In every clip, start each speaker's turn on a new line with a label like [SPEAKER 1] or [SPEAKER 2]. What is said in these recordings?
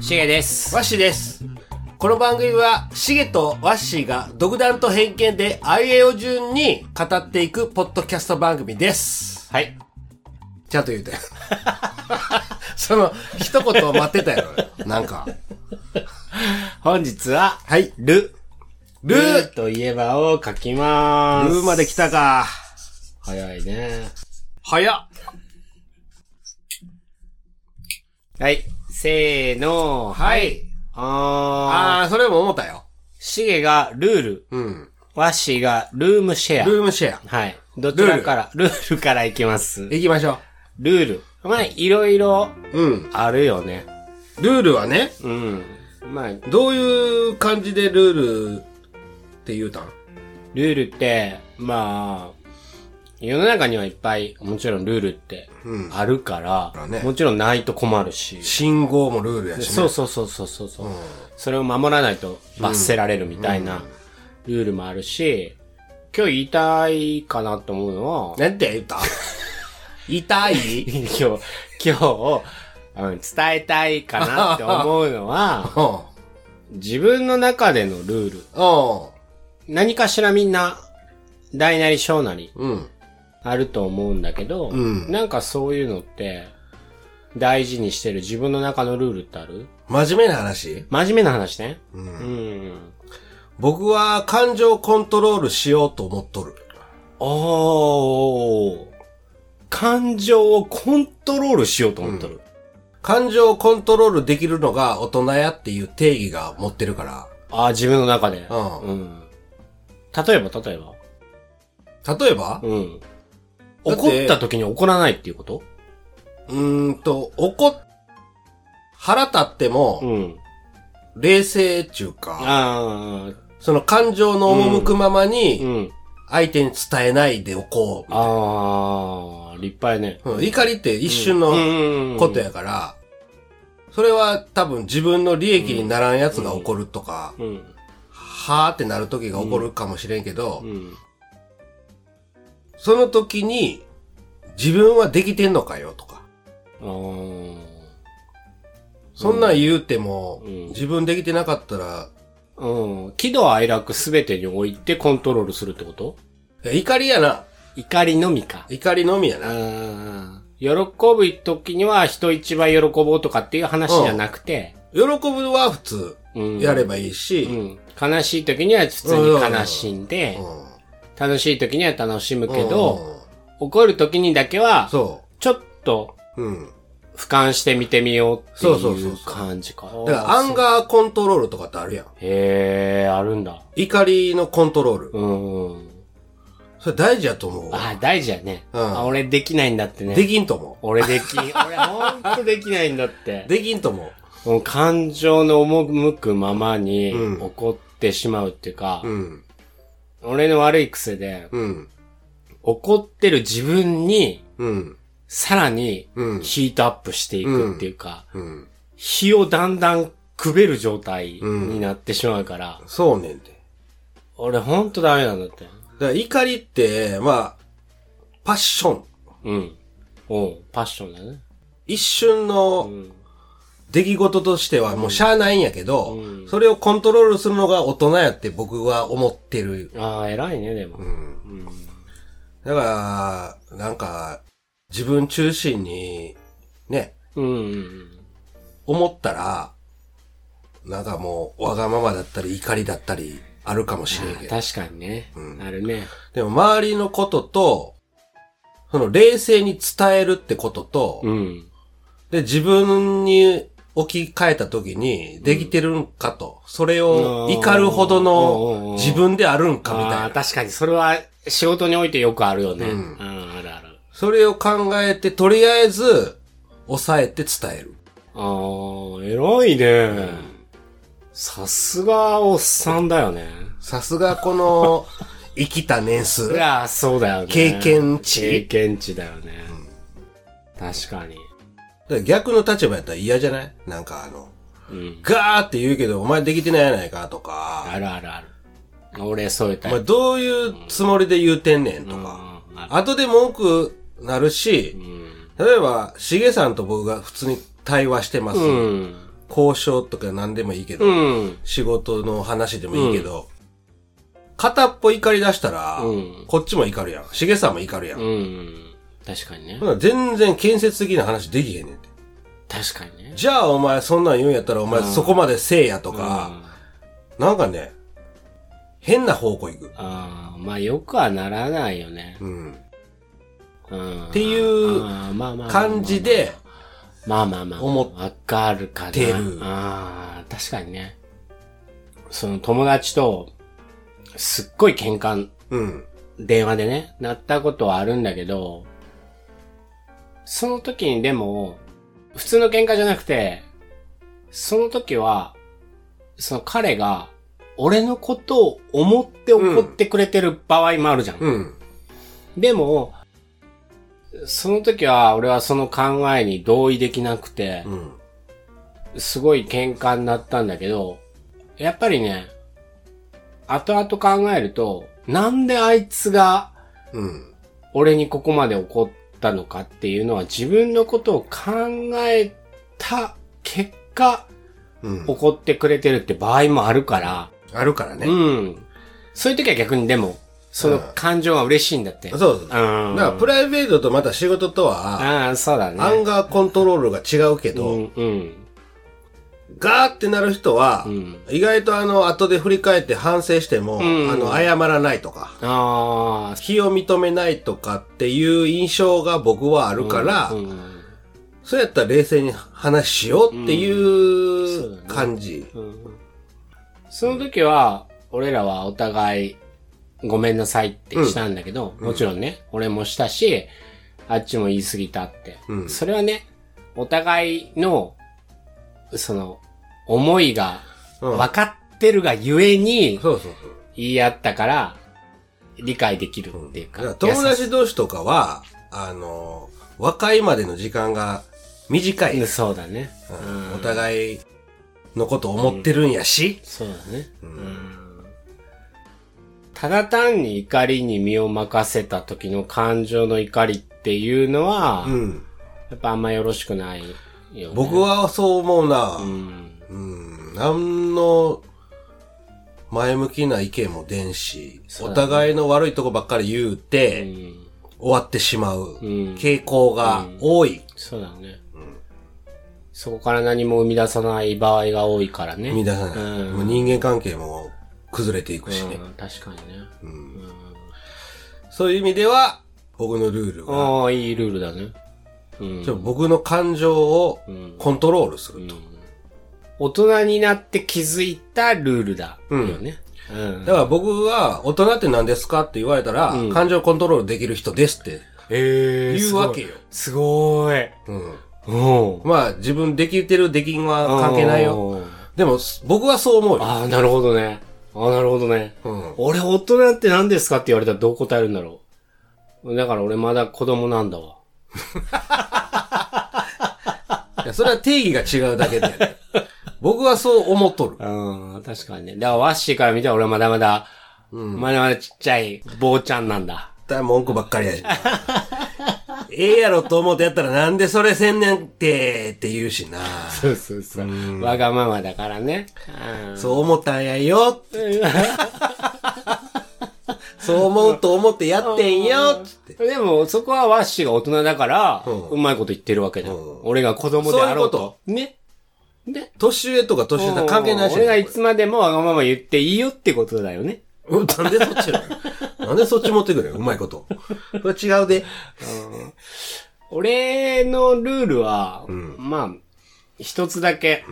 [SPEAKER 1] シゲです。
[SPEAKER 2] ワッシーです。この番組は、シゲとワッシーが独断と偏見で IA を順に語っていくポッドキャスト番組です。
[SPEAKER 1] はい。
[SPEAKER 2] ちゃんと言うて。 その、一言を待ってたやろ。なんか。
[SPEAKER 1] 本日は、
[SPEAKER 2] はい。
[SPEAKER 1] ル。
[SPEAKER 2] ルー、
[SPEAKER 1] といえばを書きまーす。
[SPEAKER 2] ルーまで来たか。
[SPEAKER 1] 早いね。
[SPEAKER 2] 早っ。
[SPEAKER 1] はい。せーの、。
[SPEAKER 2] はいい。
[SPEAKER 1] あー。
[SPEAKER 2] あー、それも思ったよ。
[SPEAKER 1] シゲがルール。
[SPEAKER 2] うん。
[SPEAKER 1] ワッシーがルームシェ
[SPEAKER 2] ルームシェ
[SPEAKER 1] ア。はい。どちらから、ルールからいきます
[SPEAKER 2] ア。。行きましょ
[SPEAKER 1] ルール。まあ、いろいろ
[SPEAKER 2] う。うん。
[SPEAKER 1] あるよね。
[SPEAKER 2] ルールはね、
[SPEAKER 1] うん。まあ、ル
[SPEAKER 2] どういう感じでルールって言うたん
[SPEAKER 1] ールって、まあ、世の中にはいっぱい、もちろんルールって
[SPEAKER 2] うん
[SPEAKER 1] あるから、
[SPEAKER 2] だね
[SPEAKER 1] もちろんないと困るし。
[SPEAKER 2] 信号もルールやし、ね。
[SPEAKER 1] そうそうそうそうそうそう、それを守らないと罰せられるみたいなルールもあるし、今日言いたいかなと思うのは、
[SPEAKER 2] なんて言った 痛い
[SPEAKER 1] 今日、今日、うん、伝えたいかなって思うの は、
[SPEAKER 2] うん。うん。
[SPEAKER 1] 自分の中でのルール。何かしらみんな、大なり小なり
[SPEAKER 2] うん。
[SPEAKER 1] あると思うんだけど、
[SPEAKER 2] うん
[SPEAKER 1] なんかそういうのって、大事にしてる自分の中のルールってある
[SPEAKER 2] 真面目な話
[SPEAKER 1] 真面目な話ね。
[SPEAKER 2] う。
[SPEAKER 1] うんん。
[SPEAKER 2] 僕は感情をコントロールしようと思っとる。
[SPEAKER 1] おー。感情をコントロールしようと思ってる。
[SPEAKER 2] 感情をコントロールできるのが大人やっていう定義が持ってるから。
[SPEAKER 1] ああ、自分の中で。
[SPEAKER 2] うん
[SPEAKER 1] うん。例えば、例えば。
[SPEAKER 2] 例えば
[SPEAKER 1] うん。
[SPEAKER 2] だって
[SPEAKER 1] 怒った時に怒らないっていうこと
[SPEAKER 2] うーんと、怒っ、腹立って
[SPEAKER 1] う
[SPEAKER 2] も、
[SPEAKER 1] ん。
[SPEAKER 2] 冷静っていうか、
[SPEAKER 1] ああ、
[SPEAKER 2] その感情の赴くまま
[SPEAKER 1] う
[SPEAKER 2] に、
[SPEAKER 1] ん。
[SPEAKER 2] 相手に伝えないでおこう。
[SPEAKER 1] ああ、立派やね。
[SPEAKER 2] うん怒りって一瞬の、
[SPEAKER 1] の
[SPEAKER 2] こと。やから、それは多分自分の利益にならんやつが起こるとか、
[SPEAKER 1] うん。
[SPEAKER 2] はーってなる時が起こるかもしれんけど
[SPEAKER 1] う、ん。
[SPEAKER 2] その時に自分はできてんのかよとか、
[SPEAKER 1] あー
[SPEAKER 2] そんなん言うても、
[SPEAKER 1] うん
[SPEAKER 2] 自分できてなかったら、
[SPEAKER 1] うん。喜怒哀楽すべてにおいてコントロールするってこと
[SPEAKER 2] いや怒りやな。
[SPEAKER 1] 怒りのみか。
[SPEAKER 2] 怒りのみやな。
[SPEAKER 1] うん。喜ぶ時には人一倍喜ぼうとかっていう話じゃなくて、
[SPEAKER 2] 喜ぶは普通
[SPEAKER 1] うん
[SPEAKER 2] やればいいうし、
[SPEAKER 1] ん。悲しい時には普通に悲しんで、
[SPEAKER 2] うん
[SPEAKER 1] 楽しい時には楽しむけ
[SPEAKER 2] う
[SPEAKER 1] ど、
[SPEAKER 2] ん
[SPEAKER 1] 怒る時にだけは、
[SPEAKER 2] そ
[SPEAKER 1] ちょっと
[SPEAKER 2] う。うん。
[SPEAKER 1] 俯瞰して見てみようって
[SPEAKER 2] そうそう
[SPEAKER 1] い
[SPEAKER 2] そううそう
[SPEAKER 1] 感じか。
[SPEAKER 2] だからアンガーコントロールとかってあるやん。
[SPEAKER 1] へえ、あるんだ。
[SPEAKER 2] 怒りのコントロール。
[SPEAKER 1] うん。
[SPEAKER 2] それ大事やと思うわ。
[SPEAKER 1] あ、大事やね。
[SPEAKER 2] うん
[SPEAKER 1] あ俺できないんだってね。
[SPEAKER 2] できんと思う。
[SPEAKER 1] 俺できん。俺ほんとできないんだって。
[SPEAKER 2] できんと思
[SPEAKER 1] もう感情の赴くままに
[SPEAKER 2] うん
[SPEAKER 1] 怒ってしまうっていうか、
[SPEAKER 2] う。うん。
[SPEAKER 1] 俺の悪い癖で、
[SPEAKER 2] うん。
[SPEAKER 1] 怒ってる自分に、
[SPEAKER 2] うん。
[SPEAKER 1] さらに
[SPEAKER 2] うん。
[SPEAKER 1] ヒートアップしていくっていうか、
[SPEAKER 2] うん。
[SPEAKER 1] 火をだんだんくべる状態になってしまうから、
[SPEAKER 2] そうねんて。
[SPEAKER 1] 俺ほんとダメなんだって。
[SPEAKER 2] だから怒りって、まあ、パッション。
[SPEAKER 1] うん。おうパッションだね。
[SPEAKER 2] 一瞬
[SPEAKER 1] う
[SPEAKER 2] の
[SPEAKER 1] ん。
[SPEAKER 2] 出来事としてはもうしゃあないんやけど、
[SPEAKER 1] うん
[SPEAKER 2] それをコントロールするのが大人やって僕は思ってる。
[SPEAKER 1] ああ、偉いね、でも。
[SPEAKER 2] うん。
[SPEAKER 1] うん。
[SPEAKER 2] だから、なんか、自分中心に、ね、
[SPEAKER 1] うん。うん
[SPEAKER 2] 思ったら、なんかもう、わがままだったり怒りだったりあるかもしれんけど。
[SPEAKER 1] 確かにね。
[SPEAKER 2] うん
[SPEAKER 1] あるね。
[SPEAKER 2] でも周りのことと、その冷静に伝えるってことと、
[SPEAKER 1] うん。
[SPEAKER 2] で、自分に置き換えた時にできてるんかと、それを怒るほど
[SPEAKER 1] うん
[SPEAKER 2] の自分であるんかみ
[SPEAKER 1] あ
[SPEAKER 2] た
[SPEAKER 1] あ
[SPEAKER 2] い
[SPEAKER 1] ー、
[SPEAKER 2] な。
[SPEAKER 1] 確かに、それは仕事においてよくあるよね。う
[SPEAKER 2] うんん、
[SPEAKER 1] あるある。
[SPEAKER 2] それを考えて、とりあえず、抑えて伝える。
[SPEAKER 1] ああ、偉いね。さすがおっさんだよね。
[SPEAKER 2] さすが この、生きた年数
[SPEAKER 1] い。やー、そうだよね。
[SPEAKER 2] 経験値
[SPEAKER 1] 経験値だよね。確かに。
[SPEAKER 2] で逆の立場やったら嫌じゃないなんかあの、
[SPEAKER 1] うん。
[SPEAKER 2] ガーって言うけど、お前できてないやないかと
[SPEAKER 1] あ
[SPEAKER 2] か、
[SPEAKER 1] るあるある。俺添えたい。
[SPEAKER 2] お
[SPEAKER 1] う
[SPEAKER 2] 前
[SPEAKER 1] ん
[SPEAKER 2] どういうつもりで言うてんねんとか。
[SPEAKER 1] あ
[SPEAKER 2] 後で文句なるし、例えば、しげさんと僕が普通に対話してます。
[SPEAKER 1] うん。
[SPEAKER 2] 交渉とか何でもいいけど、
[SPEAKER 1] うん。
[SPEAKER 2] 仕事の話でもいいけど、片っぽ怒り出したら、
[SPEAKER 1] うん
[SPEAKER 2] こっちも怒るやん。しげさんも怒るやん。
[SPEAKER 1] うん。確かにね
[SPEAKER 2] ほ。な全然建設的な話できへんねんて。
[SPEAKER 1] 確かにね。
[SPEAKER 2] じゃあお前そんなん言うんやったらお前そこまでせえやとか、
[SPEAKER 1] あ
[SPEAKER 2] なんかね、変な方向行く。
[SPEAKER 1] あー、まあよくはならないよね。
[SPEAKER 2] うん。
[SPEAKER 1] うん。
[SPEAKER 2] っていう
[SPEAKER 1] あーまあまあまあまあ
[SPEAKER 2] 感じで、
[SPEAKER 1] まあまあまあ。
[SPEAKER 2] 思
[SPEAKER 1] わかるかな。
[SPEAKER 2] てる
[SPEAKER 1] ああ、確かにね。その友達と、すっごい喧嘩、
[SPEAKER 2] うん。
[SPEAKER 1] 電話でね、なったことはあるんだけど、その時にでも、普通の喧嘩じゃなくて、その時は、その彼が、俺のことを思って怒ってくれてる場合もあるじゃん。
[SPEAKER 2] うん。
[SPEAKER 1] でも、その時は俺はその考えに同意できなくて
[SPEAKER 2] う、ん。
[SPEAKER 1] すごい喧嘩になったんだけど、やっぱりね、後々考えると、なんであいつが
[SPEAKER 2] うん。
[SPEAKER 1] 俺にここまで怒ったのかっていうのは自分のことを考えた結果、
[SPEAKER 2] うん。
[SPEAKER 1] 怒ってくれてるって場合もあるから、
[SPEAKER 2] あるからね。
[SPEAKER 1] うん。そういう時は逆にでも、その感情は嬉しいんだって。
[SPEAKER 2] そう
[SPEAKER 1] う。
[SPEAKER 2] そう。だか
[SPEAKER 1] ん。
[SPEAKER 2] らプライベートとまた仕事とは、
[SPEAKER 1] ああ、そうだね。
[SPEAKER 2] アンガーコントロールが違うけど、
[SPEAKER 1] うん、うん。
[SPEAKER 2] ガーってなる人は、
[SPEAKER 1] ん
[SPEAKER 2] 意外とあの、後で振り返って反省しても、
[SPEAKER 1] ん
[SPEAKER 2] あの、謝らないとか、
[SPEAKER 1] あ
[SPEAKER 2] 非を認めないとかっていう印象が僕はあるから、
[SPEAKER 1] あ、うん。
[SPEAKER 2] そうやったら冷静に話しようっ
[SPEAKER 1] そう
[SPEAKER 2] てい
[SPEAKER 1] だ
[SPEAKER 2] う
[SPEAKER 1] ね
[SPEAKER 2] 感じ。
[SPEAKER 1] うんその時は、俺らはお互い、ごめんなさいってしたんだけど、もちろんね、俺もしたし、あっちも言い過ぎたって。
[SPEAKER 2] うん
[SPEAKER 1] それはね、お互いの、その、思いが、
[SPEAKER 2] うん
[SPEAKER 1] 分かってるがゆえに、
[SPEAKER 2] そうそうそう。
[SPEAKER 1] 言い合ったから、理解できるっていうか。
[SPEAKER 2] だから友
[SPEAKER 1] 優し
[SPEAKER 2] 達同士とかは、あの、和解までの時間が短い。
[SPEAKER 1] いそうだね。
[SPEAKER 2] うんお互いのこと思ってるんやし、
[SPEAKER 1] そうだね。うんただ単に怒りに身を任せた時の感情の怒りっていうのは、
[SPEAKER 2] うん
[SPEAKER 1] やっぱあんまよろしくないよ、ね。
[SPEAKER 2] 僕はそう思うな。
[SPEAKER 1] うん。
[SPEAKER 2] うん、何の前向きな意見も出んし、
[SPEAKER 1] そう
[SPEAKER 2] お
[SPEAKER 1] だね
[SPEAKER 2] 互いの悪いとこばっかり言う
[SPEAKER 1] う
[SPEAKER 2] て、
[SPEAKER 1] ん。
[SPEAKER 2] 終わってしま
[SPEAKER 1] う
[SPEAKER 2] う
[SPEAKER 1] ん
[SPEAKER 2] 傾向が多い。
[SPEAKER 1] そうだね。そこから何も生み出さない場合が多いからね。
[SPEAKER 2] 乱さない。
[SPEAKER 1] うん
[SPEAKER 2] もう人間関係も崩れていくしね。
[SPEAKER 1] うん確かにね。
[SPEAKER 2] そういう意味では、僕のルールが、
[SPEAKER 1] ああ、いいルールだね。うん
[SPEAKER 2] ちょっと僕の感情をコントロールすると。
[SPEAKER 1] 大人になって気づいたルールだよね。うん。
[SPEAKER 2] だから僕は、大人って何ですかって言われたら、感情コントロールできる人ですって
[SPEAKER 1] え
[SPEAKER 2] 言うわけよ。
[SPEAKER 1] すごい。
[SPEAKER 2] うん
[SPEAKER 1] うん。
[SPEAKER 2] まあ、自分できてるできんは関係ないよ。
[SPEAKER 1] よ。
[SPEAKER 2] でも、す僕はそう思うよ。
[SPEAKER 1] ああ、なるほどね。ああ、なるほどね。
[SPEAKER 2] うん
[SPEAKER 1] 俺、大人って何ですかって言われたらどう答えるんだろう。だから俺まだ子供なんだわ。
[SPEAKER 2] いやそれは定義が違うだけで。 僕はそう思っとる。
[SPEAKER 1] うん、確かにね。だからワッシーから見たら俺はまだまだ、まだまだちっちゃい坊ちゃんなんだ。
[SPEAKER 2] だから文句ばっかりや し。ええやろと思ってやったらなんでそれせんねんって、って言うしな。
[SPEAKER 1] そうそうそう。わがままだからね。
[SPEAKER 2] そう思ったんや よ。そう思うと思ってやってんよ。つって。
[SPEAKER 1] うんでも、そこはワッシーが大人だから、
[SPEAKER 2] うん
[SPEAKER 1] うまいこと言ってるわけだよ。
[SPEAKER 2] うん
[SPEAKER 1] 俺が子供であろうと。ね。ね。
[SPEAKER 2] 年上とか年下関係ないし。
[SPEAKER 1] 俺がいつまでもわがまま言っていいよってことだよね。
[SPEAKER 2] うんなんでそっちな のなんでそっち持ってくれようまいこと。これ違うで。
[SPEAKER 1] 俺のルールは、まあ、一つだけ、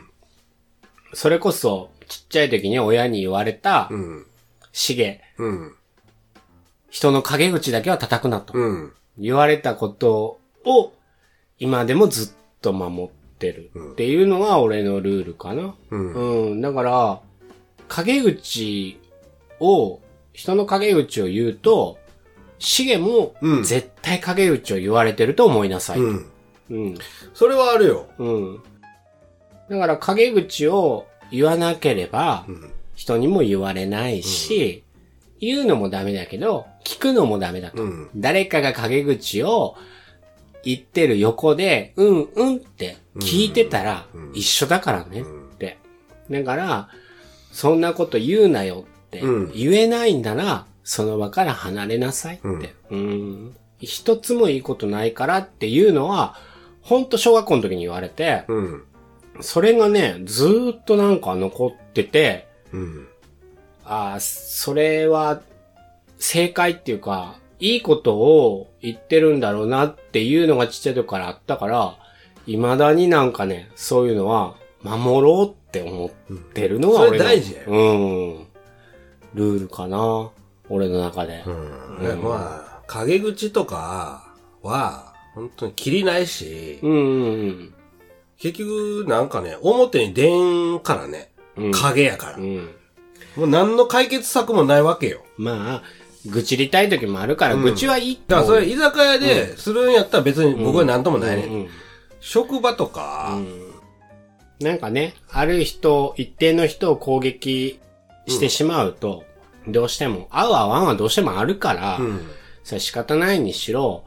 [SPEAKER 1] それこそ、ちっちゃい時に親に言われた、
[SPEAKER 2] うん。
[SPEAKER 1] しげ、
[SPEAKER 2] うん。
[SPEAKER 1] 人の陰口だけは叩くなと。
[SPEAKER 2] うん。
[SPEAKER 1] 言われたことを、今でもずっと守ってるっていうのが俺のルールかな。
[SPEAKER 2] うん
[SPEAKER 1] うん、だから、陰口を、人の陰口を言うと、シゲも
[SPEAKER 2] うん
[SPEAKER 1] 絶対陰口を言われてると思いなさい。
[SPEAKER 2] う
[SPEAKER 1] うん。
[SPEAKER 2] ん。
[SPEAKER 1] うん。
[SPEAKER 2] それはあるよ。
[SPEAKER 1] だから陰口を言わなければ、人にも言われないし、言うのもダメだけど、聞くのもダメだと。
[SPEAKER 2] うん。
[SPEAKER 1] 誰かが陰口を言ってる横で、うんうんって聞いてたら
[SPEAKER 2] うん
[SPEAKER 1] 一緒だからね
[SPEAKER 2] う
[SPEAKER 1] っ
[SPEAKER 2] ん
[SPEAKER 1] て。だから、そんなこと言うなよって
[SPEAKER 2] うん
[SPEAKER 1] 言えないんなら、その場から離れなさいって。うん一つもいいことないからっていうのは、ほんと小学校の時に言われて、
[SPEAKER 2] うん。
[SPEAKER 1] それがね、ずーっとなんか残ってて、
[SPEAKER 2] うん。
[SPEAKER 1] ああ、それは正解っていうか、いいことを言ってるんだろうなっていうのがちっちゃい時からあったから、未だになんかね、そういうのは守ろうって思ってるのが
[SPEAKER 2] それ
[SPEAKER 1] 俺の、
[SPEAKER 2] 大事だよ
[SPEAKER 1] うん。ルールかな。俺の中で。
[SPEAKER 2] うん。ねまあ、陰口とかは、本当に切りないし
[SPEAKER 1] う、ん。うん。
[SPEAKER 2] 結局なんかね、表に出んからね、
[SPEAKER 1] うん。
[SPEAKER 2] 影やから。
[SPEAKER 1] う
[SPEAKER 2] も
[SPEAKER 1] ん。
[SPEAKER 2] う何の解決策もないわけよ。
[SPEAKER 1] まあ、愚痴りたい時もあるから、
[SPEAKER 2] うん
[SPEAKER 1] 愚痴はいいって
[SPEAKER 2] だから
[SPEAKER 1] 思う
[SPEAKER 2] それ居酒屋でするんやったら別に僕は何ともないね
[SPEAKER 1] う
[SPEAKER 2] ん。
[SPEAKER 1] んうん
[SPEAKER 2] 職場とか、
[SPEAKER 1] なんかね、ある人、一定の人を攻撃してしまうと、どうしても、合う合わんはどうしてもあるから、
[SPEAKER 2] うん。
[SPEAKER 1] それ仕方ないにしろ、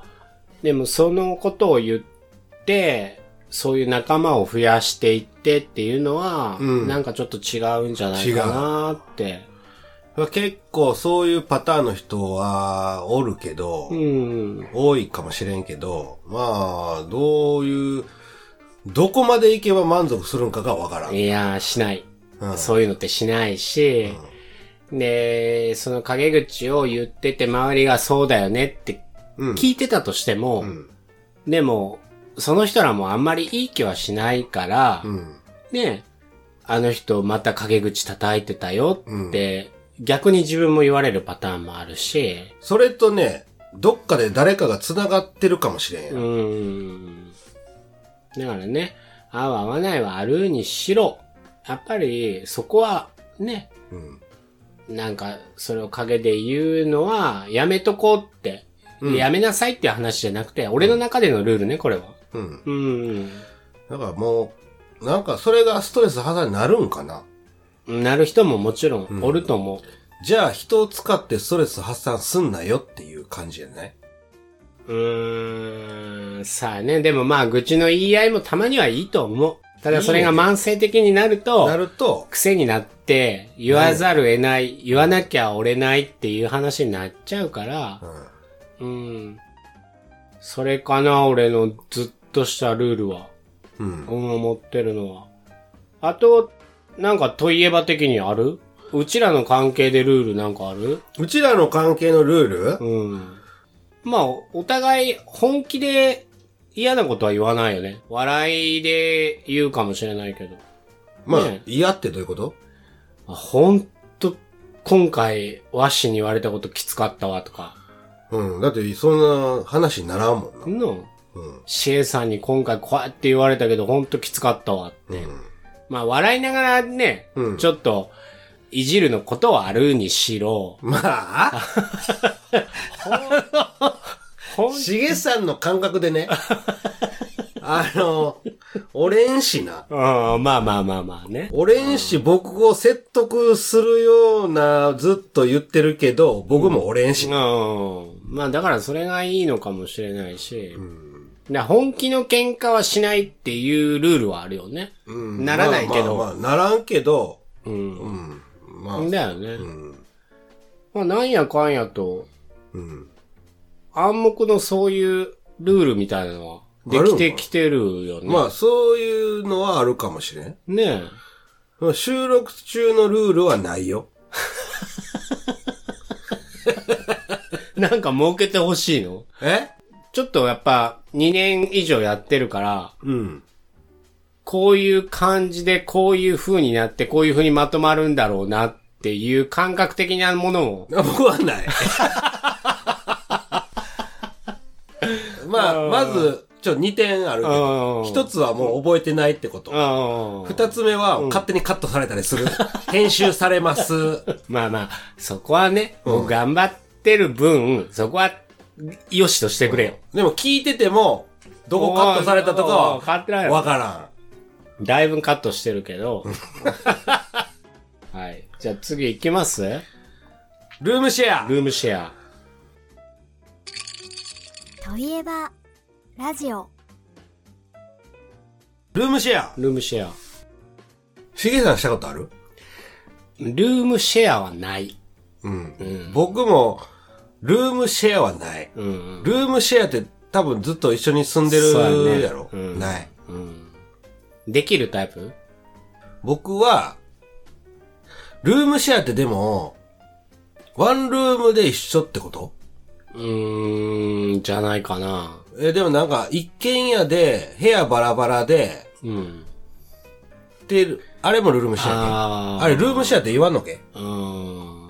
[SPEAKER 1] でもそのことを言って、そういう仲間を増やしていってっていうのは、
[SPEAKER 2] うん
[SPEAKER 1] なんかちょっと違うんじゃないかなーって。
[SPEAKER 2] 結構そういうパターンの人はおるけど、
[SPEAKER 1] うん。
[SPEAKER 2] 多いかもしれんけど、まあ、どういう、どこまで行けば満足するんかがわからん。
[SPEAKER 1] いやー、しない。
[SPEAKER 2] うん
[SPEAKER 1] そういうのってしないし、で、その陰口を言ってて周りがそうだよねって
[SPEAKER 2] うん。
[SPEAKER 1] 聞いてたとしても、
[SPEAKER 2] うん。
[SPEAKER 1] でも、その人らもあんまりいい気はしないから、
[SPEAKER 2] うん。
[SPEAKER 1] ね、あの人また陰口叩いてたよって、逆に自分も言われるパターンもあるし、
[SPEAKER 2] それとね、どっかで誰かが繋がってるかもしれんや。
[SPEAKER 1] うんーん。だからね、合う合わないはあるにしろ、やっぱりそこはね、
[SPEAKER 2] うん。
[SPEAKER 1] なんかそれを陰で言うのはやめとこうって、
[SPEAKER 2] うん
[SPEAKER 1] やめなさいっていう話じゃなくて、俺の中でのルールね、これは。
[SPEAKER 2] うん。
[SPEAKER 1] うん。
[SPEAKER 2] だからもう、なんかそれがストレス破産になるんかな。
[SPEAKER 1] なる人ももちろんおると思う。
[SPEAKER 2] じゃあ人を使ってストレス発散すんなよっていう感じじゃないう
[SPEAKER 1] ーん、さあね、でもまあ、愚痴の言い合いもたまにはいいと思う。ただそれが慢性的になると、
[SPEAKER 2] なると、
[SPEAKER 1] 癖になって、言わざるを得ない、言わなきゃ折れないっていう話になっちゃうから
[SPEAKER 2] う、ん。
[SPEAKER 1] うん。それかな、俺のずっとしたルールは。
[SPEAKER 2] うん。
[SPEAKER 1] うん、思ってるのは。あと、なんか、といえば的にあるうちらの関係でルールなんかある
[SPEAKER 2] うちらの関係のルール、
[SPEAKER 1] うん。まあ、お互い本気で嫌なことは言わないよね。笑いで言うかもしれないけど。
[SPEAKER 2] まあ
[SPEAKER 1] ね、
[SPEAKER 2] 嫌ってどういうこと
[SPEAKER 1] あほんと、今回、ワッシーに言われたこときつかったわとか。
[SPEAKER 2] うん。だって、そんな話にならんもんな。
[SPEAKER 1] の、
[SPEAKER 2] うん。
[SPEAKER 1] シエさんに今回こうやって言われたけど、ほんときつかったわって。まあ、笑いながらね、
[SPEAKER 2] うん
[SPEAKER 1] ちょっと、いじるのことはあるにしろ、
[SPEAKER 2] まあ、
[SPEAKER 1] ほん
[SPEAKER 2] しげさんの感覚 でね、あの、俺んしな。
[SPEAKER 1] うん、まあまあまあまあね。
[SPEAKER 2] 俺んし僕を説得するような、ずっと言ってるけど、僕も俺んし。
[SPEAKER 1] うん。まあだからそれがいいのかもしれないし、
[SPEAKER 2] ん
[SPEAKER 1] で本気の喧嘩はしないっていうルールはあるよね。
[SPEAKER 2] うん
[SPEAKER 1] ならないけど
[SPEAKER 2] まあまあまあならんけど、
[SPEAKER 1] うん。
[SPEAKER 2] うん。まあ、
[SPEAKER 1] だよね。
[SPEAKER 2] うん。
[SPEAKER 1] まあなんやかんやと、
[SPEAKER 2] うん。
[SPEAKER 1] 暗黙のそういうルールみたいなのはできてきてるよね。
[SPEAKER 2] まあ、そういうのはあるかもしれん。
[SPEAKER 1] ね
[SPEAKER 2] 収録中のルールはないよ。
[SPEAKER 1] え。なんか設けてほしいの
[SPEAKER 2] え
[SPEAKER 1] ちょっとやっぱ2年以上やってるから、
[SPEAKER 2] うん。
[SPEAKER 1] こういう感じでこういう風になってこういう風にまとまるんだろうなっていう感覚的なものを。
[SPEAKER 2] 僕 はない。まあ、まず、ちょ、2点あるけど、
[SPEAKER 1] うん
[SPEAKER 2] 一つはもう覚えてないってこと。
[SPEAKER 1] あ
[SPEAKER 2] 二つ目は、勝手にカットされたりする。編集さ れます。
[SPEAKER 1] まあまあ、そこはね、もう頑張ってる分、そこは、よしとしてくれよ。
[SPEAKER 2] でも聞いてても、どこカットされたとか
[SPEAKER 1] おー変わってない
[SPEAKER 2] は、
[SPEAKER 1] よ
[SPEAKER 2] わから
[SPEAKER 1] だいぶカット してるけど。はい。じゃあ次行きます
[SPEAKER 2] ん。ルームシェア。
[SPEAKER 1] ルームシェア。
[SPEAKER 3] といえば、ラジオ。
[SPEAKER 2] ルームシェア。
[SPEAKER 1] ルームシェア。
[SPEAKER 2] しげさんしたことある
[SPEAKER 1] ルームシェアはない。
[SPEAKER 2] 僕も、ルームシェアはない。
[SPEAKER 1] うん、うん。
[SPEAKER 2] ルームシェアって多分ずっと一緒に住んで
[SPEAKER 1] そうや
[SPEAKER 2] る
[SPEAKER 1] ね
[SPEAKER 2] やろ。
[SPEAKER 1] うん
[SPEAKER 2] ない。
[SPEAKER 1] できるタイプ
[SPEAKER 2] 僕は、ルームシェアってでも、ワンルームで一緒ってこと
[SPEAKER 1] うーん、じゃないかな。
[SPEAKER 2] え、でもなんか、一軒家で、部屋バラバラで、
[SPEAKER 1] うん。
[SPEAKER 2] で、あれもルームシェア
[SPEAKER 1] あ
[SPEAKER 2] け
[SPEAKER 1] ー
[SPEAKER 2] あれ、ルームシェアって言わんのけ
[SPEAKER 1] うーん。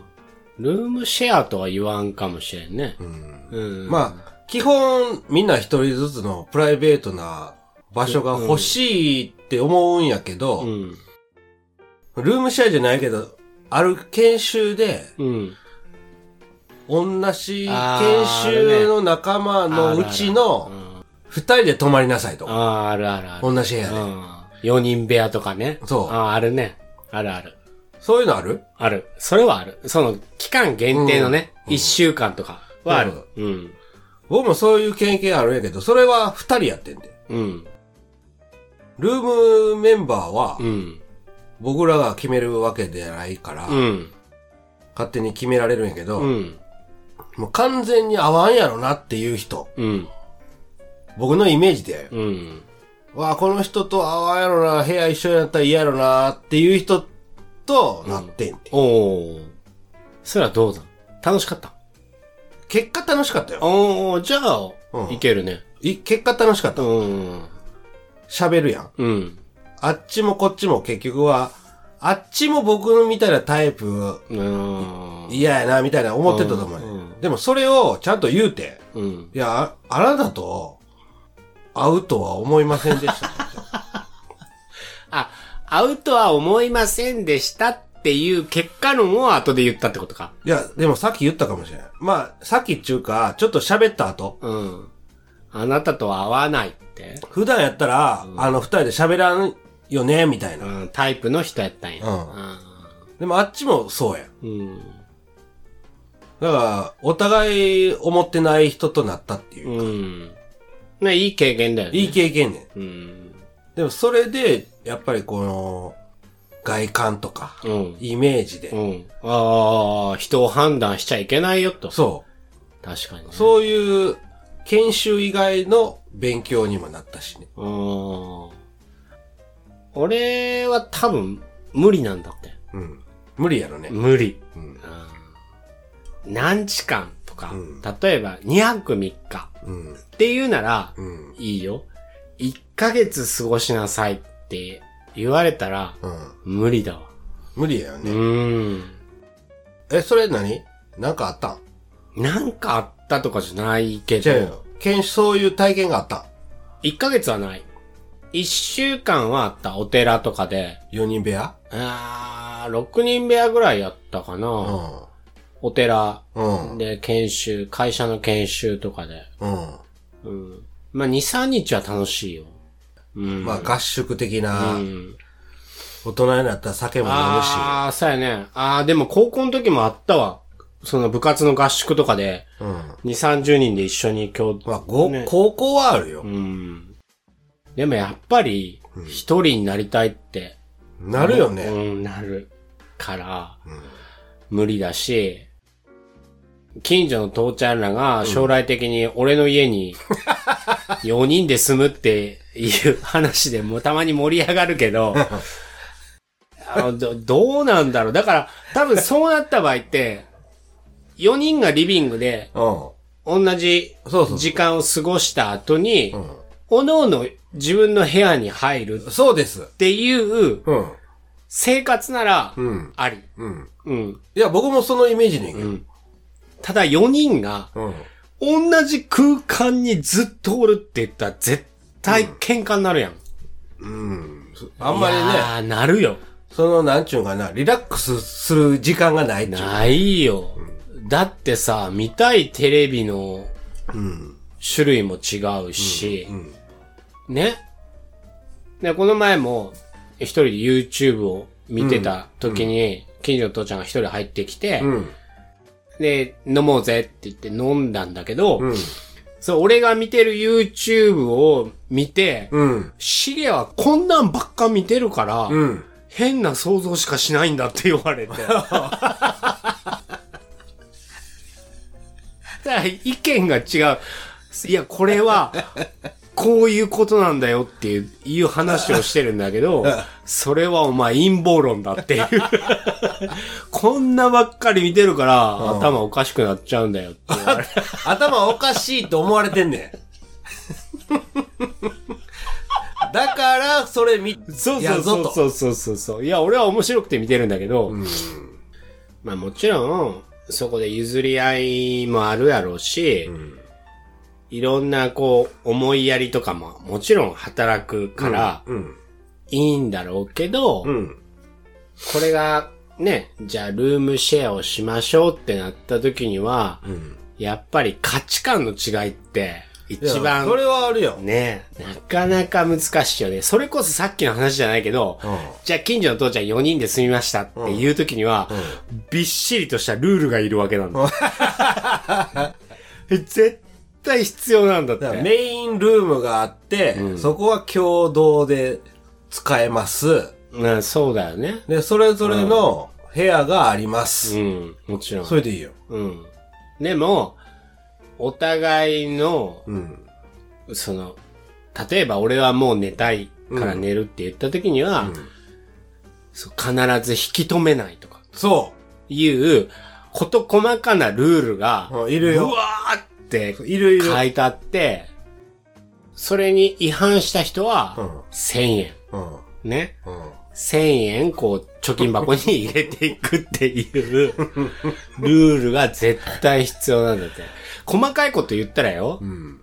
[SPEAKER 1] ルームシェアとは言わんかもしれんね。うん。
[SPEAKER 2] まあ、基本、みんな一人ずつのプライベートな場所が欲しいって思うんやけど、
[SPEAKER 1] うん。
[SPEAKER 2] ルームシェアじゃないけど、ある研修で、
[SPEAKER 1] うん。
[SPEAKER 2] 同じ
[SPEAKER 1] あー
[SPEAKER 2] 研修の仲間のうちの、二人で泊まりなさいと。
[SPEAKER 1] あー、あるあるある。
[SPEAKER 2] 同じ部屋
[SPEAKER 1] う
[SPEAKER 2] で。
[SPEAKER 1] ん。4人部屋とかね。
[SPEAKER 2] そう
[SPEAKER 1] あーあるね。あるある。
[SPEAKER 2] そういうのある
[SPEAKER 1] ある。それはある。その、期間限定のね、一週間とかはある
[SPEAKER 2] なる。
[SPEAKER 1] うん。
[SPEAKER 2] 僕もそういう経験あるんやけど、それは二人やってんで。
[SPEAKER 1] うん。
[SPEAKER 2] ルームメンバーは
[SPEAKER 1] う、ん。
[SPEAKER 2] 僕らが決めるわけではないから、
[SPEAKER 1] うん。
[SPEAKER 2] 勝手に決められるんやけど、
[SPEAKER 1] うん。
[SPEAKER 2] もう完全に合わんやろなっていう人。
[SPEAKER 1] うん。
[SPEAKER 2] 僕のイメージで、
[SPEAKER 1] うん。
[SPEAKER 2] わあ、この人と合わんやろな、部屋一緒になったら嫌やろなっていう人となってんて。
[SPEAKER 1] おー。それはどうだ楽しかった。
[SPEAKER 2] 結果楽しかったよ。
[SPEAKER 1] おー、じゃあ、
[SPEAKER 2] うん
[SPEAKER 1] いけるね。
[SPEAKER 2] い結果楽しかっ
[SPEAKER 1] う
[SPEAKER 2] た。
[SPEAKER 1] ん。
[SPEAKER 2] 喋るやん。
[SPEAKER 1] うん。
[SPEAKER 2] あっちもこっちも結局は、あっちも僕みたいなタイプ
[SPEAKER 1] うん。
[SPEAKER 2] 嫌やな、みたいな思ってたと思うね、
[SPEAKER 1] うん
[SPEAKER 2] でもそれをちゃんと言うて、
[SPEAKER 1] うん。
[SPEAKER 2] いや、ああなたと会うとは思いませんでした。
[SPEAKER 1] あ、会うとは思いませんでしたっていう結果論を後で言ったってことか。
[SPEAKER 2] いや、でもさっき言ったかもしれない。まあ、さっきっていうか、ちょっと喋った後、
[SPEAKER 1] うん。あなたとは会わないって。
[SPEAKER 2] 普段やったら、あの、二人で喋らんよね、みたいうな。
[SPEAKER 1] ん、タイプの人やったんや。
[SPEAKER 2] でもあっちもそうやん。
[SPEAKER 1] うん。
[SPEAKER 2] だから、お互い思ってない人となったっていう。
[SPEAKER 1] うん。うん。ね、いい経験だよね。
[SPEAKER 2] いい経験ねん。
[SPEAKER 1] うん。
[SPEAKER 2] でもそれで、やっぱりこの、外観とか、
[SPEAKER 1] うん。
[SPEAKER 2] イメージで、
[SPEAKER 1] うん。ああ、人を判断しちゃいけないよと。
[SPEAKER 2] そ
[SPEAKER 1] 確かに、ね。
[SPEAKER 2] う。そういう、研修以外の勉強にもなったしね。
[SPEAKER 1] うーん。俺は多分、無理なんだって。
[SPEAKER 2] うん。無理やろね。
[SPEAKER 1] 無理。
[SPEAKER 2] うん。
[SPEAKER 1] 何時間とか、
[SPEAKER 2] ん
[SPEAKER 1] 例えば2泊3日
[SPEAKER 2] うん。
[SPEAKER 1] っていうなら、
[SPEAKER 2] ん。
[SPEAKER 1] いいよ。1ヶ月過ごしなさいって言われたら、
[SPEAKER 2] うん。
[SPEAKER 1] 無理だわ。
[SPEAKER 2] 無理やよ
[SPEAKER 1] う
[SPEAKER 2] ね。
[SPEAKER 1] ーん。
[SPEAKER 2] え、それ何なんかあったん
[SPEAKER 1] なんかあったとかじゃないけ
[SPEAKER 2] じゃあ
[SPEAKER 1] ど、
[SPEAKER 2] よ。研修、そういう体験があったん
[SPEAKER 1] 1ヶ月はない。1週間はあった、お寺とかで、
[SPEAKER 2] ?4 人部屋
[SPEAKER 1] あー、6人部屋ぐらいやったかな。
[SPEAKER 2] うん。
[SPEAKER 1] お寺
[SPEAKER 2] うん。
[SPEAKER 1] で研修、会社の研修とかで。
[SPEAKER 2] うん。
[SPEAKER 1] うん。まあ、2、3日は楽しいよ。うん。
[SPEAKER 2] まあ合宿的な
[SPEAKER 1] う、ん。
[SPEAKER 2] 大人になったら酒も飲むし。
[SPEAKER 1] ああ、そうやね。ああ、でも高校の時もあったわ。その部活の合宿とかで、
[SPEAKER 2] うん。
[SPEAKER 1] 2、30人で一緒に今日。
[SPEAKER 2] まあ、ご
[SPEAKER 1] ね
[SPEAKER 2] 高校はあるよ
[SPEAKER 1] う。ん。でもやっぱり、一人になりたいって。
[SPEAKER 2] なるよね。
[SPEAKER 1] うん、なる。から、無理だし、近所の父ちゃんらが将来的に俺の家に4人で住むっていう話でもうたまに盛り上がるけ ど、あのどどうなんだろう。だから多分そうなった場合って、4人がリビングで
[SPEAKER 2] う
[SPEAKER 1] 同じ
[SPEAKER 2] ん。そうそう。
[SPEAKER 1] 時間を過ごした後に
[SPEAKER 2] う、
[SPEAKER 1] おのおの自分の部屋に入る
[SPEAKER 2] ん。そうです
[SPEAKER 1] っ。ていう
[SPEAKER 2] うん。
[SPEAKER 1] 生活なら
[SPEAKER 2] うん。
[SPEAKER 1] あり。
[SPEAKER 2] うん。
[SPEAKER 1] うん。
[SPEAKER 2] いや、僕もそのイメージねんけど。
[SPEAKER 1] んただ4人が
[SPEAKER 2] うん。
[SPEAKER 1] 同じ空間にずっとおるって言ったら絶対喧嘩になるやん。
[SPEAKER 2] うん。そあんまり
[SPEAKER 1] い
[SPEAKER 2] ね、
[SPEAKER 1] やーなるよ。
[SPEAKER 2] その、なんちゅうんかな、リラックスする時間がないっていう。
[SPEAKER 1] ないよ。だってさ、見たいテレビの
[SPEAKER 2] うん。
[SPEAKER 1] 種類も違うし、
[SPEAKER 2] うん。
[SPEAKER 1] ね。で、この前も一人で YouTube を見てた時に、近所の父ちゃんが一人入ってきて、
[SPEAKER 2] うん。
[SPEAKER 1] で、飲もうぜって言って飲んだんだけど、
[SPEAKER 2] うん。
[SPEAKER 1] そう、俺が見てる YouTube を見て、
[SPEAKER 2] うん。
[SPEAKER 1] シゲはこんなんばっか見てるから、
[SPEAKER 2] うん。
[SPEAKER 1] 変な想像しかしないんだって言わ れて。だから意見が違う。いや、これは、こういうことなんだよっていういう話をしてるんだけど、それはお前陰謀論だ っていう。こんなばっかり見てるから、
[SPEAKER 2] うん
[SPEAKER 1] 頭おかしくなっちゃうんだよって言われて。
[SPEAKER 2] 頭おかしいと思われてんねん。 だから、それ見、
[SPEAKER 1] そう
[SPEAKER 2] やぞと
[SPEAKER 1] そうそうそうそうそう。いや、俺は面白くて見てるんだけど、
[SPEAKER 2] うん。
[SPEAKER 1] まあもちろん、そこで譲り合いもあるやろうし、
[SPEAKER 2] ん
[SPEAKER 1] いろんなこう、思いやりとかももちろん働くから
[SPEAKER 2] うん。
[SPEAKER 1] いいんだろうけど、
[SPEAKER 2] うん。
[SPEAKER 1] これがね、じゃあルームシェアをしましょうってなった時には、
[SPEAKER 2] うん。
[SPEAKER 1] やっぱり価値観の違いって一
[SPEAKER 2] いや
[SPEAKER 1] 番
[SPEAKER 2] それはあるよ。
[SPEAKER 1] ね、なかなか難しいよね。それこそさっきの話じゃないけど、
[SPEAKER 2] うん
[SPEAKER 1] じゃあ近所の父ちゃん4人で住みましたっていう時には、びっしりとしたルールがいるわけなんだ。 絶対必要なんだっ
[SPEAKER 2] だから
[SPEAKER 1] て。
[SPEAKER 2] メインルームがあって、そこは共同で使えます。
[SPEAKER 1] うん、そうだよね。
[SPEAKER 2] で、それぞれの部屋があります。
[SPEAKER 1] うん、もちろん
[SPEAKER 2] そ。れでいいよ。
[SPEAKER 1] うん。でも、お互いの、
[SPEAKER 2] うん。
[SPEAKER 1] その、例えば俺はもう寝たいから寝るって言った時には、そう必ず引き止めないとか、
[SPEAKER 2] そ
[SPEAKER 1] いう、こと細かなルールが、
[SPEAKER 2] うんいるよ
[SPEAKER 1] うわーって
[SPEAKER 2] う。いるいる。
[SPEAKER 1] 書いてあって、それに違反した人は
[SPEAKER 2] うん、
[SPEAKER 1] 1000円。
[SPEAKER 2] うん。
[SPEAKER 1] ね。
[SPEAKER 2] うん。
[SPEAKER 1] 1000円、こう、貯金箱に入れていくっていう、 ルールが絶対必要なんだって。細かいこと言ったらよ、
[SPEAKER 2] うん。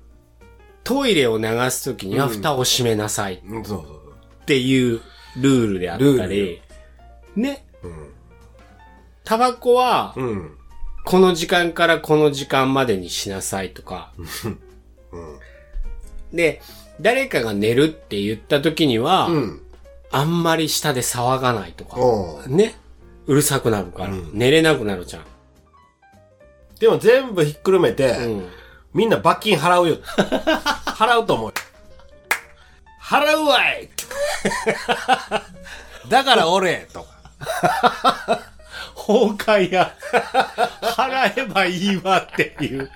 [SPEAKER 1] トイレを流すときには蓋を閉めなさいっ
[SPEAKER 2] うんそうそう
[SPEAKER 1] ていうルールであったり、ね。
[SPEAKER 2] そう。うん。
[SPEAKER 1] タバコは、
[SPEAKER 2] うん。
[SPEAKER 1] この時間からこの時間までにしなさいとか。で、誰かが寝るって言った時には、
[SPEAKER 2] うん。
[SPEAKER 1] あんまり下で騒がないとか。
[SPEAKER 2] うん。
[SPEAKER 1] ね。うるさくなるから、
[SPEAKER 2] うん
[SPEAKER 1] 寝れなくなるじゃん。
[SPEAKER 2] でも全部ひっくるめて、
[SPEAKER 1] うん。
[SPEAKER 2] みんな罰金払 うよ。払うと思うよ。払うわ いだから俺とか。
[SPEAKER 1] 崩壊や。払えばいいわっていう。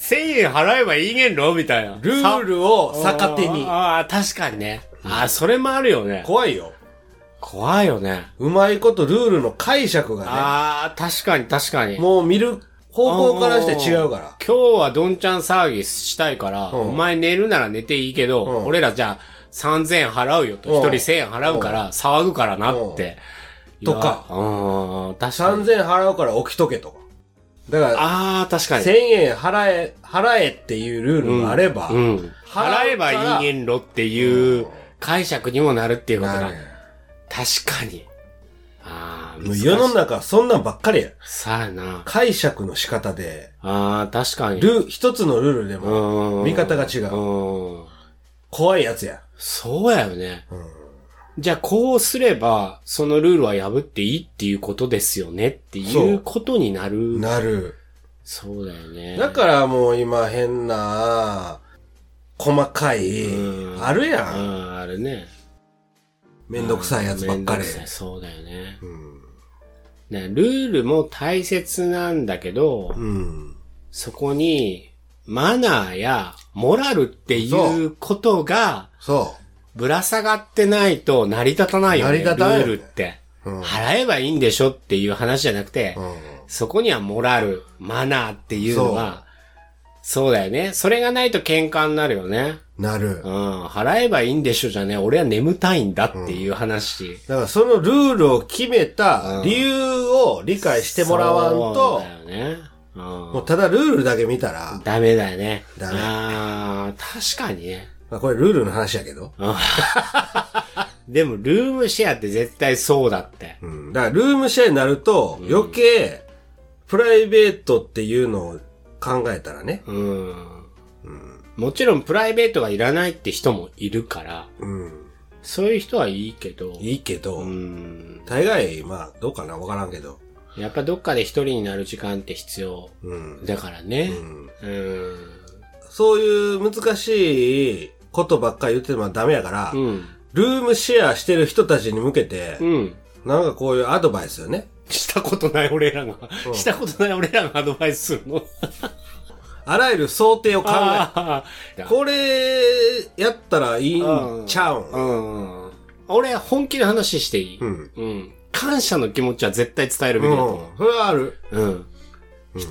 [SPEAKER 1] 1000円払えばいいげんろみたいな。
[SPEAKER 2] ルールを
[SPEAKER 1] さ
[SPEAKER 2] 逆手に。
[SPEAKER 1] ああ、確かにね。ああ、それもあるよね。
[SPEAKER 2] 怖いよ。
[SPEAKER 1] 怖いよね。
[SPEAKER 2] うまいことルールの解釈が
[SPEAKER 1] ああ、確かに確かに。
[SPEAKER 2] ね、もう見る方向からして違うから。
[SPEAKER 1] 今日はどんちゃん騒ぎしたいから、
[SPEAKER 2] ん
[SPEAKER 1] お前寝るなら寝ていいけど、
[SPEAKER 2] うん
[SPEAKER 1] 俺らじゃあ3000円払うよと、
[SPEAKER 2] うん
[SPEAKER 1] 一人1000円払うから、騒ぐからなって。
[SPEAKER 2] うんとか
[SPEAKER 1] いや。うん、確かに。
[SPEAKER 2] 3000円払うから起きとけとか。だから、
[SPEAKER 1] ああ、確かに。
[SPEAKER 2] 1000円払え、払えっていうルールもあれば、
[SPEAKER 1] うん。払えばいい円ろっていう解釈にもなるっていうこと
[SPEAKER 2] な
[SPEAKER 1] だ
[SPEAKER 2] る。やん
[SPEAKER 1] 確かに。ああ、
[SPEAKER 2] もう世の
[SPEAKER 1] 難しい
[SPEAKER 2] 中そんなんばっかりや。
[SPEAKER 1] さあな。
[SPEAKER 2] 解釈の仕方で、
[SPEAKER 1] ああ、確かに。
[SPEAKER 2] ルー、一つのルールでも、
[SPEAKER 1] うん
[SPEAKER 2] 見方が違う。
[SPEAKER 1] うん。
[SPEAKER 2] 怖いやつや。
[SPEAKER 1] そうやよね。じゃあこうすれば、そのルールは破っていいっていうことですよねって
[SPEAKER 2] そ
[SPEAKER 1] いううことになる。
[SPEAKER 2] なる。
[SPEAKER 1] そうだよね。
[SPEAKER 2] だからもう今変な、細かい、
[SPEAKER 1] うん
[SPEAKER 2] あるや。
[SPEAKER 1] うんん、あれね。
[SPEAKER 2] めんどくさいやつば
[SPEAKER 1] め
[SPEAKER 2] っか
[SPEAKER 1] んど
[SPEAKER 2] り
[SPEAKER 1] く。さいそうだよね。
[SPEAKER 2] うん。
[SPEAKER 1] ねルールも大切なんだけど、
[SPEAKER 2] うん。
[SPEAKER 1] そこに、マナーやモラルってい
[SPEAKER 2] そう
[SPEAKER 1] ことが、
[SPEAKER 2] そ
[SPEAKER 1] ぶら下がってないと成り立たないよね。
[SPEAKER 2] 成り立たないよね
[SPEAKER 1] ルールって。
[SPEAKER 2] う。うん。
[SPEAKER 1] 払えばいいんでしょっていう話じゃなくて、
[SPEAKER 2] うん
[SPEAKER 1] そこにはモラル、マナーっていうのは、そうだよね。それがないと喧嘩になるよね。
[SPEAKER 2] なる
[SPEAKER 1] う。ん。払えばいいんでしょじゃね。俺は眠たいんだっていう話。
[SPEAKER 2] だからそのルールを決めた理由を理解してもらわん
[SPEAKER 1] そう
[SPEAKER 2] と、
[SPEAKER 1] だよね。う。
[SPEAKER 2] もうんただルールだけ見たら、
[SPEAKER 1] ダメだよね。
[SPEAKER 2] ダメ
[SPEAKER 1] あー確かにね。
[SPEAKER 2] まあこれルールの話やけど。
[SPEAKER 1] でも、ルームシェアって絶対そうだって。
[SPEAKER 2] うん。だからルームシェアになると、余計、プライベートっていうのを考えたらね。
[SPEAKER 1] うん。もちろん、プライベートがいらないって人もいるから、
[SPEAKER 2] うん。
[SPEAKER 1] そういう人はいいけど、
[SPEAKER 2] いいけど、
[SPEAKER 1] うん。
[SPEAKER 2] 大概、まあ、どうかなわからんけど。
[SPEAKER 1] やっぱどっかで一人になる時間って必要
[SPEAKER 2] うん。
[SPEAKER 1] だからね
[SPEAKER 2] う。ん
[SPEAKER 1] うん。うん。
[SPEAKER 2] そういう難しいことばっかり言ってもダメやから、
[SPEAKER 1] うん。
[SPEAKER 2] ルームシェアしてる人たちに向けて、
[SPEAKER 1] うん。
[SPEAKER 2] なんかこういうアドバイスよね。
[SPEAKER 1] したことない俺らが、
[SPEAKER 2] うん
[SPEAKER 1] したことない俺らがアドバイスするの。
[SPEAKER 2] あらゆる想定を考え、
[SPEAKER 1] ああ。
[SPEAKER 2] これやったらいいんちゃうん。
[SPEAKER 1] うん。俺、本気で話していい、
[SPEAKER 2] う
[SPEAKER 1] うん、
[SPEAKER 2] ん。
[SPEAKER 1] 感謝の気持ちは絶対伝えるべきだと思
[SPEAKER 2] うん。それはある。
[SPEAKER 1] う。うん。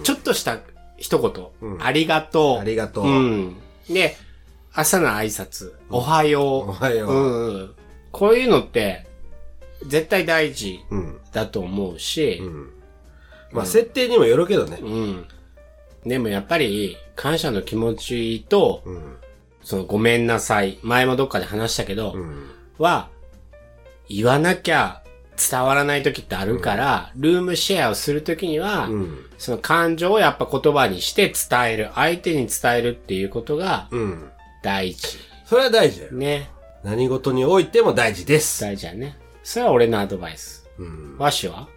[SPEAKER 1] ちょっとした一言、
[SPEAKER 2] うん
[SPEAKER 1] ありがとう。
[SPEAKER 2] ありがとう
[SPEAKER 1] うん。で、朝の挨拶、おはよう。
[SPEAKER 2] おはよう
[SPEAKER 1] うんうん。こういうのって、絶対大事
[SPEAKER 2] うん。
[SPEAKER 1] だと思うし
[SPEAKER 2] う、ん。まあ、設定にもよるけどね。
[SPEAKER 1] うん。でもやっぱり、感謝の気持ちと、
[SPEAKER 2] うん。
[SPEAKER 1] そのごめんなさい、前もどっかで話したけど、
[SPEAKER 2] うん。
[SPEAKER 1] は、言わなきゃ伝わらない時ってあるから、ルームシェアをする時には、
[SPEAKER 2] うん。
[SPEAKER 1] その感情をやっぱ言葉にして伝える、相手に伝えるっていうことが
[SPEAKER 2] うん。
[SPEAKER 1] 大事。
[SPEAKER 2] それは大事だよ。
[SPEAKER 1] ね。
[SPEAKER 2] 何事においても大事です。
[SPEAKER 1] 大事だね。それは俺のアドバイス。
[SPEAKER 2] うん。
[SPEAKER 1] 和紙は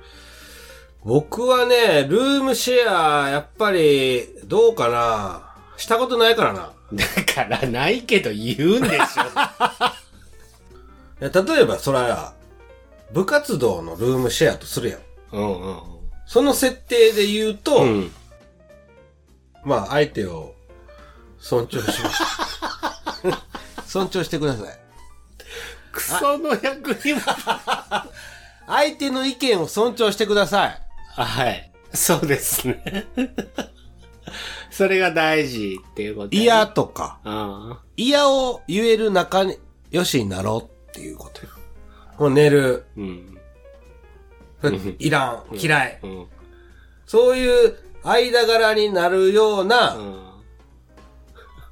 [SPEAKER 2] 僕はね、ルームシェア、やっぱり、どうかな。したことないからな。
[SPEAKER 1] だからないけど言うんでし
[SPEAKER 2] いや例えば、それは、部活動のルームシェアとするやん。
[SPEAKER 1] ょ。うんうん
[SPEAKER 2] その設定で言うと、
[SPEAKER 1] うん。うん。
[SPEAKER 2] まあ、相手を尊重します。尊重してください。
[SPEAKER 1] クソの役にも。
[SPEAKER 2] 相手の意見を尊重してください。
[SPEAKER 1] はい。そうですね。それが大事っていうこと、ね。
[SPEAKER 2] 嫌。とか、
[SPEAKER 1] うん。
[SPEAKER 2] 嫌を言える仲良しになろうっていうことよ。もう寝る。
[SPEAKER 1] うん。
[SPEAKER 2] いらん。嫌い。
[SPEAKER 1] うん。
[SPEAKER 2] そういう間柄になるよう
[SPEAKER 1] う。
[SPEAKER 2] なん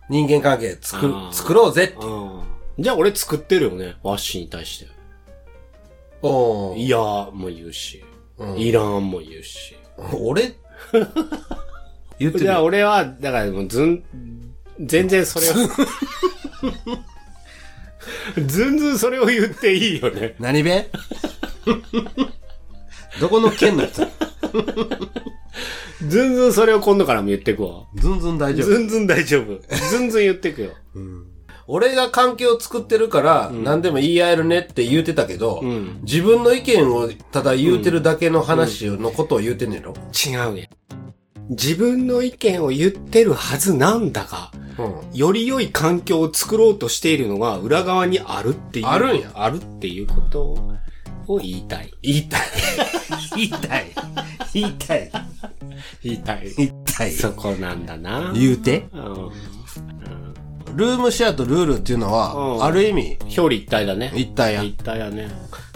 [SPEAKER 2] 人間関係作る
[SPEAKER 1] あー
[SPEAKER 2] 作ろうぜって。
[SPEAKER 1] うん。じゃあ俺作ってるよね。ワッシーに対して。
[SPEAKER 2] おー
[SPEAKER 1] いやーも言うし。
[SPEAKER 2] うん
[SPEAKER 1] いらんも言うし。
[SPEAKER 2] 俺言ってみ
[SPEAKER 1] じゃあ
[SPEAKER 2] る。
[SPEAKER 1] 俺は、だからもうずん、全然それ を。ずんずんそれを言っていいよね。
[SPEAKER 2] 何べどこの県の人
[SPEAKER 1] ずんずんそれを今度からも言ってくわ。
[SPEAKER 2] ずんずん大丈夫。
[SPEAKER 1] ずんずん大丈夫。ずんずん言ってくよ。
[SPEAKER 2] 俺が関係を作ってるから、何でも言い合えるねって言うてたけど、
[SPEAKER 1] ん
[SPEAKER 2] 自分の意見をただ言うてるだけの話のことを言うてんねやろ、
[SPEAKER 1] 違うね。自分の意見を言ってるはずなんだが、
[SPEAKER 2] うん、
[SPEAKER 1] より良い環境を作ろうとしているのが裏側にあるっていう。
[SPEAKER 2] あるんや
[SPEAKER 1] あるっていうことを言いたい。
[SPEAKER 2] 言いた い。言いたい。言いたい。
[SPEAKER 1] 言いたい。
[SPEAKER 2] 言いたい。
[SPEAKER 1] そこなんだな。
[SPEAKER 2] 言うて。
[SPEAKER 1] うん。
[SPEAKER 2] ルームシェアとルールっていうの
[SPEAKER 1] う
[SPEAKER 2] は、
[SPEAKER 1] ん
[SPEAKER 2] ある意味、
[SPEAKER 1] 表裏一体だね。
[SPEAKER 2] 一体や
[SPEAKER 1] 一体やね。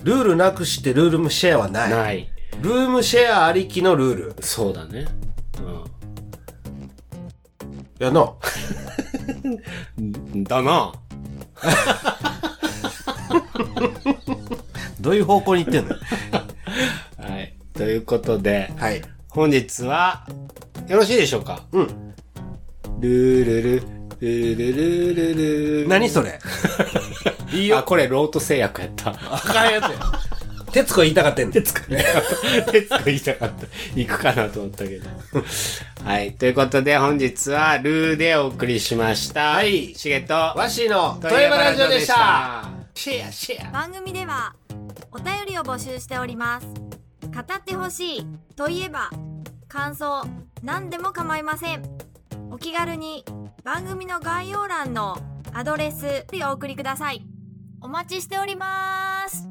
[SPEAKER 2] ルールなくしてルームシェアはない。
[SPEAKER 1] ない。
[SPEAKER 2] ルームシェアありきのルール。
[SPEAKER 1] そうだね。
[SPEAKER 2] やな。
[SPEAKER 1] うん。だな。
[SPEAKER 2] どういう方向に行ってん の
[SPEAKER 1] はい。ということで、
[SPEAKER 2] はい。
[SPEAKER 1] 本日は、よろしいでしょうか
[SPEAKER 2] うん。
[SPEAKER 1] ルールル、ルルルルルルル。
[SPEAKER 2] 何それいい
[SPEAKER 1] あ、
[SPEAKER 2] よ。
[SPEAKER 1] これ、ロート製薬やった。
[SPEAKER 2] あかんやつ や。徹子言いたかってんの。
[SPEAKER 1] 手つか言いたかった。手つか言いたかった。行くかなと思ったけど。はい。ということで、本日は、ルーでお送りしました。はい。しげと、
[SPEAKER 2] わしの富山ラジオでした。。シェアシェア。
[SPEAKER 3] 番組ではお便りを募集しております語ってほしいといえば感想何でも構いませんお気軽に番組の概要欄のアドレスでお送りくださいお待ちしております